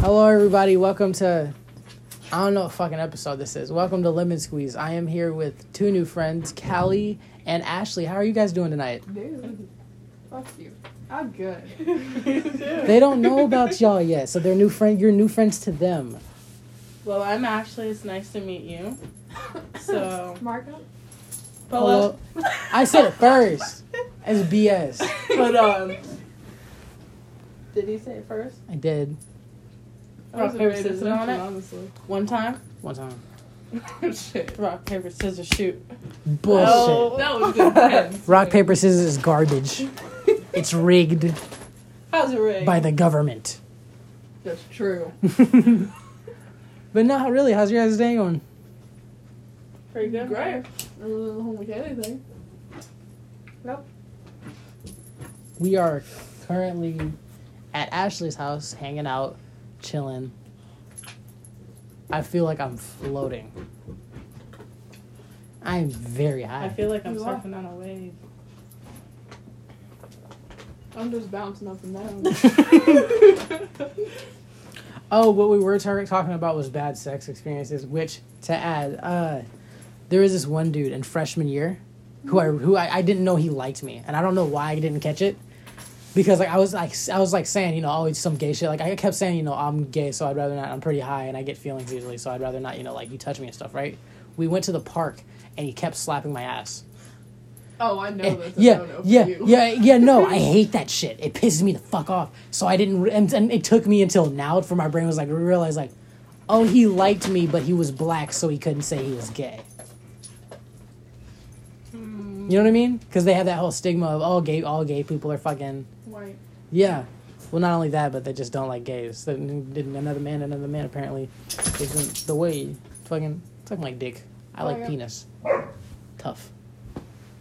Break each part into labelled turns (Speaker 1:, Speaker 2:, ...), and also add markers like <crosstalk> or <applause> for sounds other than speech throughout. Speaker 1: Hello, everybody. Welcome to. I don't know what fucking episode this is. Welcome to Lemon Squeeze. I am here with two new friends, Callie and Ashley. How are you guys doing tonight?
Speaker 2: Dude, fuck you. I'm good.
Speaker 1: They don't know about y'all yet, so they're new friend. You're new friends to them.
Speaker 3: Well, I'm Ashley. It's nice to meet you. So, <laughs>
Speaker 2: <laughs> Marco?
Speaker 3: but, uh,
Speaker 1: I said it first. It's BS.
Speaker 3: but um, did he say it first?
Speaker 1: I did
Speaker 3: Rock paper scissors on it.
Speaker 2: honestly.
Speaker 3: One time.
Speaker 1: one time.
Speaker 2: Oh, Shit.
Speaker 3: Rock paper scissors shoot.
Speaker 1: Bullshit.
Speaker 3: Oh.
Speaker 2: That was <laughs> intense.
Speaker 1: Rock paper scissors is garbage. it's rigged
Speaker 3: How's it rigged?
Speaker 1: by the government. <laughs>
Speaker 2: That's true.
Speaker 1: but no, really. How's your guys' day going?
Speaker 3: Pretty good.
Speaker 2: Great. I really don't like anything.
Speaker 1: we are currently at Ashley's house, hanging out, chilling. I feel like I'm floating. I am very high.
Speaker 3: I feel like I'm
Speaker 2: You are.
Speaker 3: surfing on a wave.
Speaker 2: I'm just bouncing up and down.
Speaker 1: <laughs> oh, what we were tar- talking about was bad sex experiences. Which to add, uh, there was this one dude in freshman year who I who I, I didn't know he liked me, and I don't know why I didn't catch it. Because like I was like s- I was like saying you know always some gay shit like I kept saying you know I'm gay so I'd rather not I'm pretty high and I get feelings easily so I'd rather not you know like you touch me and stuff right we went to the park and he kept slapping my ass
Speaker 2: <laughs> oh, I know this.
Speaker 1: yeah,
Speaker 2: I don't know
Speaker 1: yeah,
Speaker 2: you.
Speaker 1: yeah, yeah. No,
Speaker 2: <laughs>
Speaker 1: I hate that shit. It pisses me the fuck off. So I didn't, re- and, and it took me until now for my brain was like to realize like, oh, he liked me, but he was black, so he couldn't say he was gay.
Speaker 2: Hmm.
Speaker 1: You know what I mean? Because they have that whole stigma of all gay, all gay people are fucking
Speaker 2: White.
Speaker 1: yeah. Well, not only that, but they just don't like gays. They didn't another man, another man apparently isn't the way. Fucking, it's like my dick. I
Speaker 2: Oh,
Speaker 1: like
Speaker 2: yeah.
Speaker 1: penis. Tough.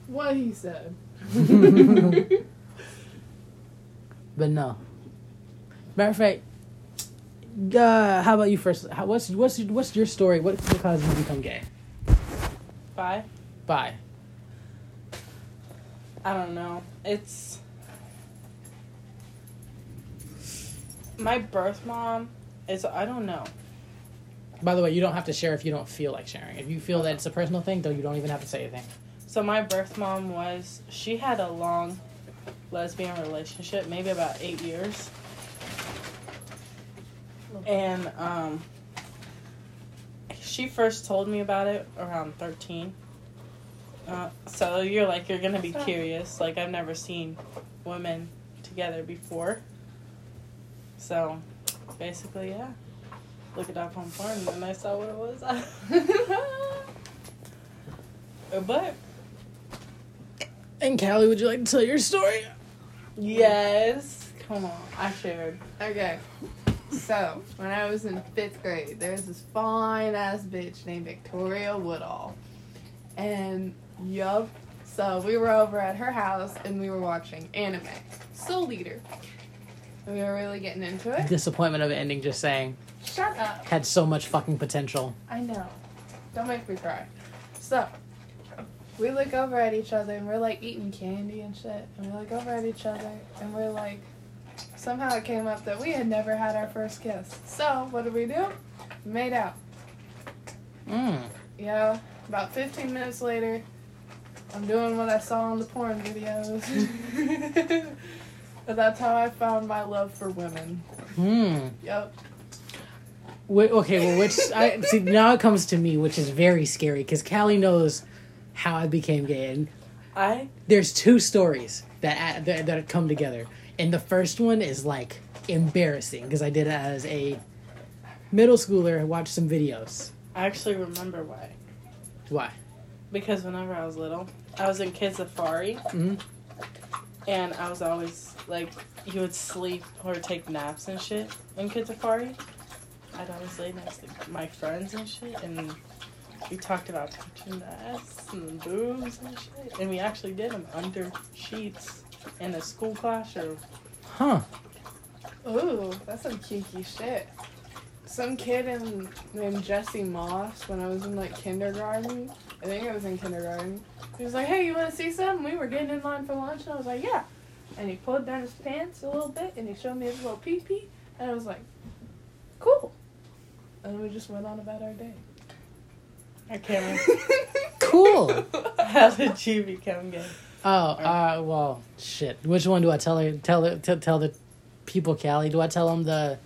Speaker 2: What he said.
Speaker 1: But no. Matter of fact, uh, how about you first? How, what's what's what's your story? What, what caused you to become gay?
Speaker 3: Bye.
Speaker 1: Bye.
Speaker 3: I don't know. It's my birth mom is I don't know.
Speaker 1: By the way, you don't have to share if you don't feel like sharing. If you feel that it's a personal thing, though, you don't even have to say anything.
Speaker 3: So my birth mom was she had a long lesbian relationship, maybe about eight years. And um she first told me about it around thirteen. Uh, so you're like you're gonna be curious. Like I've never seen women together before. So basically yeah. Look it up on porn and then I saw what it was. <laughs> but
Speaker 1: And Callie, would you like to tell your story?
Speaker 3: Yes. Come on. I shared. <laughs>
Speaker 2: Okay. So, when I was in fifth grade, there was this fine ass bitch named Victoria Woodall. And, yup. So, we were over at her house and we were watching anime. Soul Leader. And we were really getting into it.
Speaker 1: Disappointment of ending just saying
Speaker 2: Shut up.
Speaker 1: had so much fucking potential.
Speaker 2: I know. Don't make me cry. So, we look over at each other and we're like eating candy and shit. And we look over at each other and we're like, somehow it came up that we had never had our first kiss. So, what did we do? Made out.
Speaker 1: Mm.
Speaker 2: Yeah, about 15 minutes later, I'm doing what I saw in the porn videos. <laughs> but that's how I found my love for women.
Speaker 1: Mm.
Speaker 2: Yep.
Speaker 1: Wait, okay, well, which I see now it comes to me, which is very scary because Callie knows how I became gay, and
Speaker 3: I
Speaker 1: there's two stories that that, that come together, and the first one is like embarrassing because I did it as a middle schooler. I watched some videos.
Speaker 3: actually remember why.
Speaker 1: Why?
Speaker 3: Because whenever I was little, I was in Kids Safari
Speaker 1: Mhm.
Speaker 3: and I was always like, you would sleep or take naps and shit in Kids Safari. I'd always lay next to my friends and shit, and we talked about touching the ass and the boobs and shit, and we actually did them under sheets in a school classroom.
Speaker 1: Huh?
Speaker 2: Ooh, that's some kinky shit. Some kid in, named Jesse Moss, when I was in like kindergarten, I think I was in kindergarten, he was like, hey, you want to see something? We were getting in line for lunch, and I was like, yeah. And he pulled down his pants a little bit, and he showed me his little pee pee, and I was like, and we just went on about our day.
Speaker 3: I can't
Speaker 1: Cool.
Speaker 3: remember. <laughs> How did you become gay?
Speaker 1: Oh, uh, well, shit. Which one do I tell her? Tell her, t- tell the people, Callie. Do I tell them the,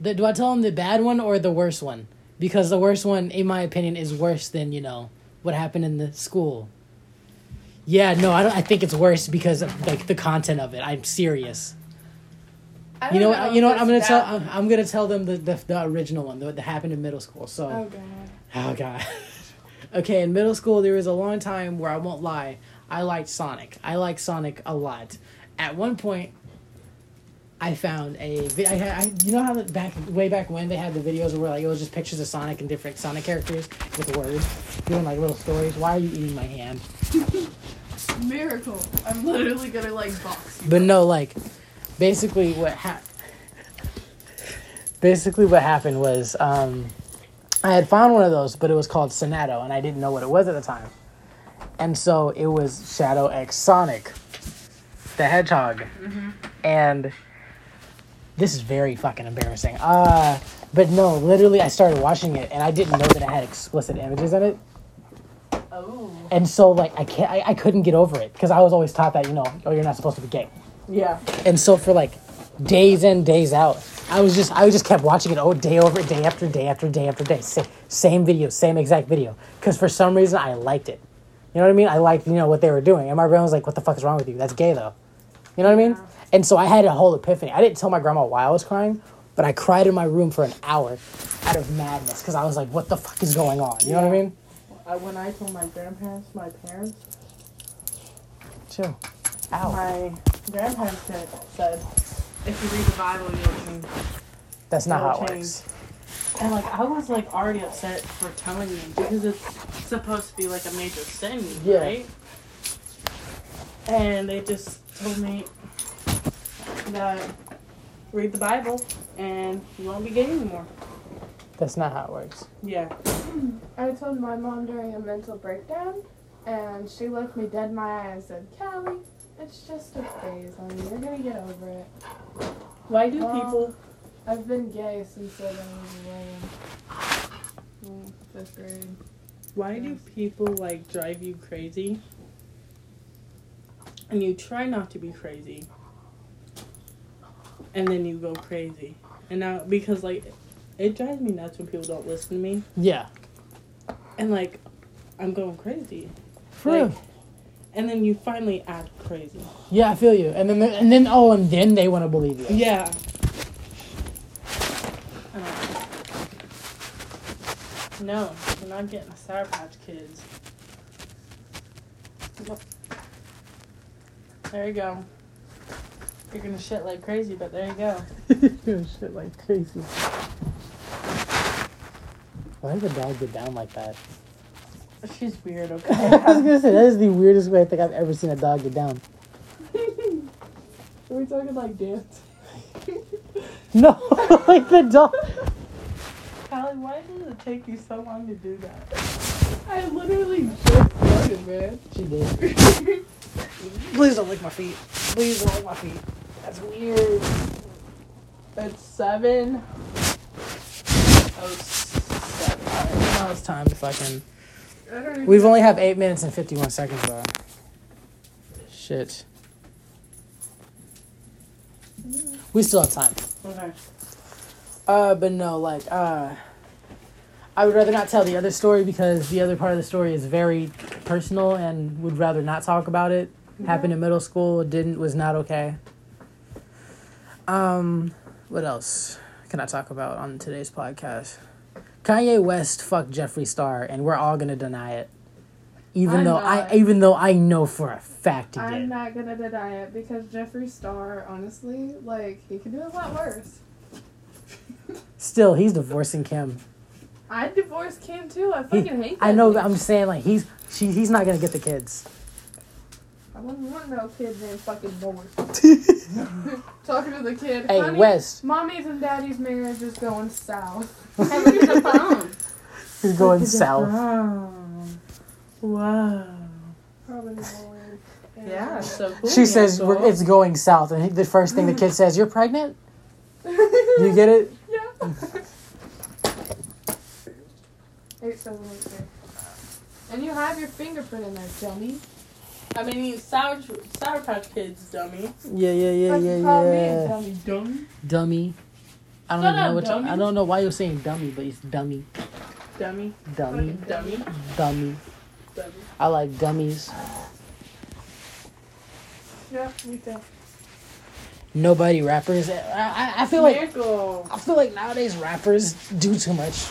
Speaker 1: the? Do I tell them the bad one or the worst one? Because the worst one, in my opinion, is worse than you know what happened in the school. Yeah, no, I don't. I think it's worse because of, like the content of it. I'm serious.
Speaker 2: I
Speaker 1: You know,
Speaker 2: don't
Speaker 1: what? You know what?
Speaker 2: if
Speaker 1: I'm gonna
Speaker 2: it's
Speaker 1: tell.
Speaker 2: that-
Speaker 1: I'm, I'm gonna tell them the, the the original one that happened in middle school. So.
Speaker 2: Oh god.
Speaker 1: Oh god. <laughs> okay, in middle school there was a long time where I won't lie, I liked Sonic. I liked Sonic a lot. At one point I found a vi- I had I, you know how that back way back when they had the videos where like it was just pictures of Sonic and different Sonic characters with words doing like little stories. Why are you eating my hand?
Speaker 2: <laughs> Miracle. I'm literally gonna like box you.
Speaker 1: But no, like, basically what hap basically what happened was um, I had found one of those, but it was called Sonato, and I didn't know what it was at the time, and so it was Shadow X Sonic, the Hedgehog, and this is very fucking embarrassing. Uh, but no, literally, I started watching it, and I didn't know that it had explicit images in it
Speaker 2: Oh.
Speaker 1: and so like I can't I, I couldn't get over it because I was always taught that you know oh you're not supposed to be gay
Speaker 3: Yeah.
Speaker 1: and so for like days in days out I was just I just kept watching it oh day over day after day after day after day same, same video same exact video because for some reason I liked it you know what I mean I liked you know what they were doing and my grandma was like what the fuck is wrong with you that's gay though you know what I mean and so I had a whole epiphany I didn't tell my grandma why I was crying but I cried in my room for an hour out of madness because I was like what the fuck is going on you know what I mean
Speaker 3: I, when I told my grandparents, my parents,
Speaker 1: chill ow
Speaker 3: my grandparents said, said, if you read the Bible, you'll change.
Speaker 1: that's not how it
Speaker 3: Change.
Speaker 1: works.
Speaker 3: And like I was like already upset for telling you because it's supposed to be like a major sin,
Speaker 1: Yeah.
Speaker 3: right? And they just told me that read the Bible and you won't be gay anymore.
Speaker 1: That's not how it works.
Speaker 3: Yeah.
Speaker 2: I told my mom during a mental breakdown, and she looked me dead in my eye and said, Callie, it's just a phase, honey. You're gonna get over it.
Speaker 3: Why do
Speaker 2: Well,
Speaker 3: people?
Speaker 2: I've been gay since I was in mm, fifth grade.
Speaker 3: Why do people like drive you crazy? And you try not to be crazy. And then you go crazy. And now because like it drives me nuts when people don't listen to me.
Speaker 1: Yeah.
Speaker 3: and like I'm going crazy.
Speaker 1: For
Speaker 3: Like,
Speaker 1: real.
Speaker 3: and then you finally act crazy.
Speaker 1: Yeah, I feel you. And then, and then, oh, and then they want to believe you.
Speaker 3: Yeah. I don't know. Um, No, we're not getting a Sour Patch Kids. Nope. There you go. You're gonna shit like crazy, but there you go.
Speaker 1: Shit like crazy. Why did the dog get down like that?
Speaker 3: She's
Speaker 1: <laughs>
Speaker 3: weird,
Speaker 1: I was
Speaker 3: okay?
Speaker 1: gonna say that is the weirdest way I think I've ever seen a dog get down.
Speaker 2: Are we talking like dance?
Speaker 1: <laughs> No, <laughs> like the dog.
Speaker 3: Callie, why does it take you so long to do that?
Speaker 2: I literally just started, man.
Speaker 1: <laughs> She did. Please don't lick my feet. Please don't lick my feet.
Speaker 2: That's weird. It's seven. Oh, seven.
Speaker 1: Now it's time to fucking.
Speaker 2: I don't
Speaker 1: <laughs>
Speaker 2: even
Speaker 1: We've only have eight minutes and fifty-one seconds left. Shit. We still have time.
Speaker 3: Okay.
Speaker 1: Uh, but no, like, uh, I would rather not tell the other story because the other part of the story is very personal and would rather not talk about it.
Speaker 2: Mm-hmm.
Speaker 1: Happened in middle school, didn't, was not okay. Um, what else can I talk about on today's podcast? Kanye West fucked Jeffree Star, and we're all gonna deny it. Even
Speaker 2: I'm
Speaker 1: though
Speaker 2: not.
Speaker 1: I, even though I know for a fact he
Speaker 2: I'm
Speaker 1: did.
Speaker 2: not gonna deny it because Jeffree Star, honestly, like he could do a lot worse.
Speaker 1: Still, he's divorcing Kim.
Speaker 2: I divorced Kim too. I
Speaker 1: He-
Speaker 2: fucking hate. That
Speaker 1: I know.
Speaker 2: bitch.
Speaker 1: but I'm saying like he's she, he's not gonna get the kids.
Speaker 2: I wouldn't want no kid named fucking Boris. Talking to the kid.
Speaker 1: Hey,
Speaker 2: honey,
Speaker 1: West.
Speaker 2: Mommy's and daddy's marriage is going south.
Speaker 3: <laughs> Hey, look at the phone.
Speaker 1: He's going
Speaker 3: Look at the
Speaker 1: south.
Speaker 3: phone. Wow.
Speaker 2: Probably more. and-
Speaker 3: Yeah, so cool.
Speaker 1: She says
Speaker 3: Ansel.
Speaker 1: we're, it's going south, and he- the first thing the kid says, "You're pregnant."
Speaker 2: yeah. <laughs>
Speaker 1: You get it?
Speaker 2: It says right there. And you have your fingerprint in there, dummy.
Speaker 3: I mean, you sour, sour Patch Kids, dummy.
Speaker 1: Yeah, yeah, yeah,
Speaker 2: Fuck
Speaker 1: yeah,
Speaker 2: you call me a
Speaker 1: yeah.
Speaker 2: dummy, dummy.
Speaker 1: Dummy. I don't
Speaker 3: Shut
Speaker 1: even know
Speaker 3: up,
Speaker 1: what
Speaker 3: dummy.
Speaker 1: I don't know why you're saying dummy, but it's dummy,
Speaker 3: Dummy.
Speaker 1: dummy,
Speaker 3: Dummy.
Speaker 1: dummy.
Speaker 3: Dummy.
Speaker 1: I like dummies.
Speaker 2: Yeah, me too.
Speaker 1: Nobody rappers. I, I, I feel like
Speaker 3: Miracle.
Speaker 1: I feel like nowadays rappers do too much.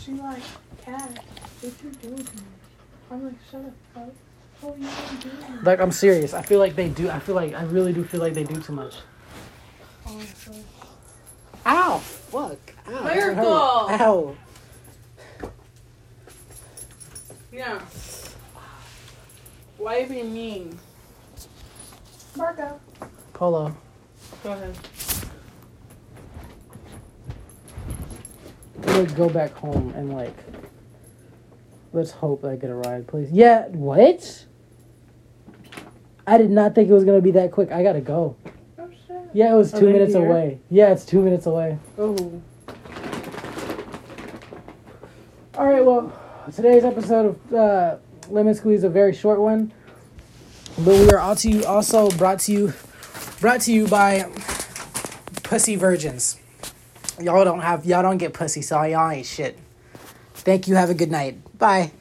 Speaker 2: She like, Cat, what you doing to me? I'm like, shut up, fuck. What are you doing to me?
Speaker 1: Like I'm serious. I feel like they do. I feel like I really do feel like they do too much.
Speaker 2: Honestly.
Speaker 1: Ow! Fuck! Ow! that
Speaker 3: Miracle.
Speaker 1: hurt. Ow!
Speaker 3: Yeah. Why are you being mean?
Speaker 2: Marco.
Speaker 1: Polo.
Speaker 3: Go ahead.
Speaker 1: Let's go back home and like. Let's hope I get a ride, please. Yeah. What? I did not think it was gonna be that quick. I gotta go.
Speaker 2: Oh shit.
Speaker 1: Yeah, it was
Speaker 3: Are
Speaker 1: two
Speaker 3: they
Speaker 1: minutes
Speaker 3: here?
Speaker 1: away. Yeah, it's two minutes away.
Speaker 3: Oh.
Speaker 1: All right. Well, today's episode of uh, Lemon Squeeze a very short one, but we are all to you also brought to you brought to you by Pussy Virgins. Y'all don't have y'all don't get pussy, so y'all ain't shit. Thank you. Have a good night. Bye.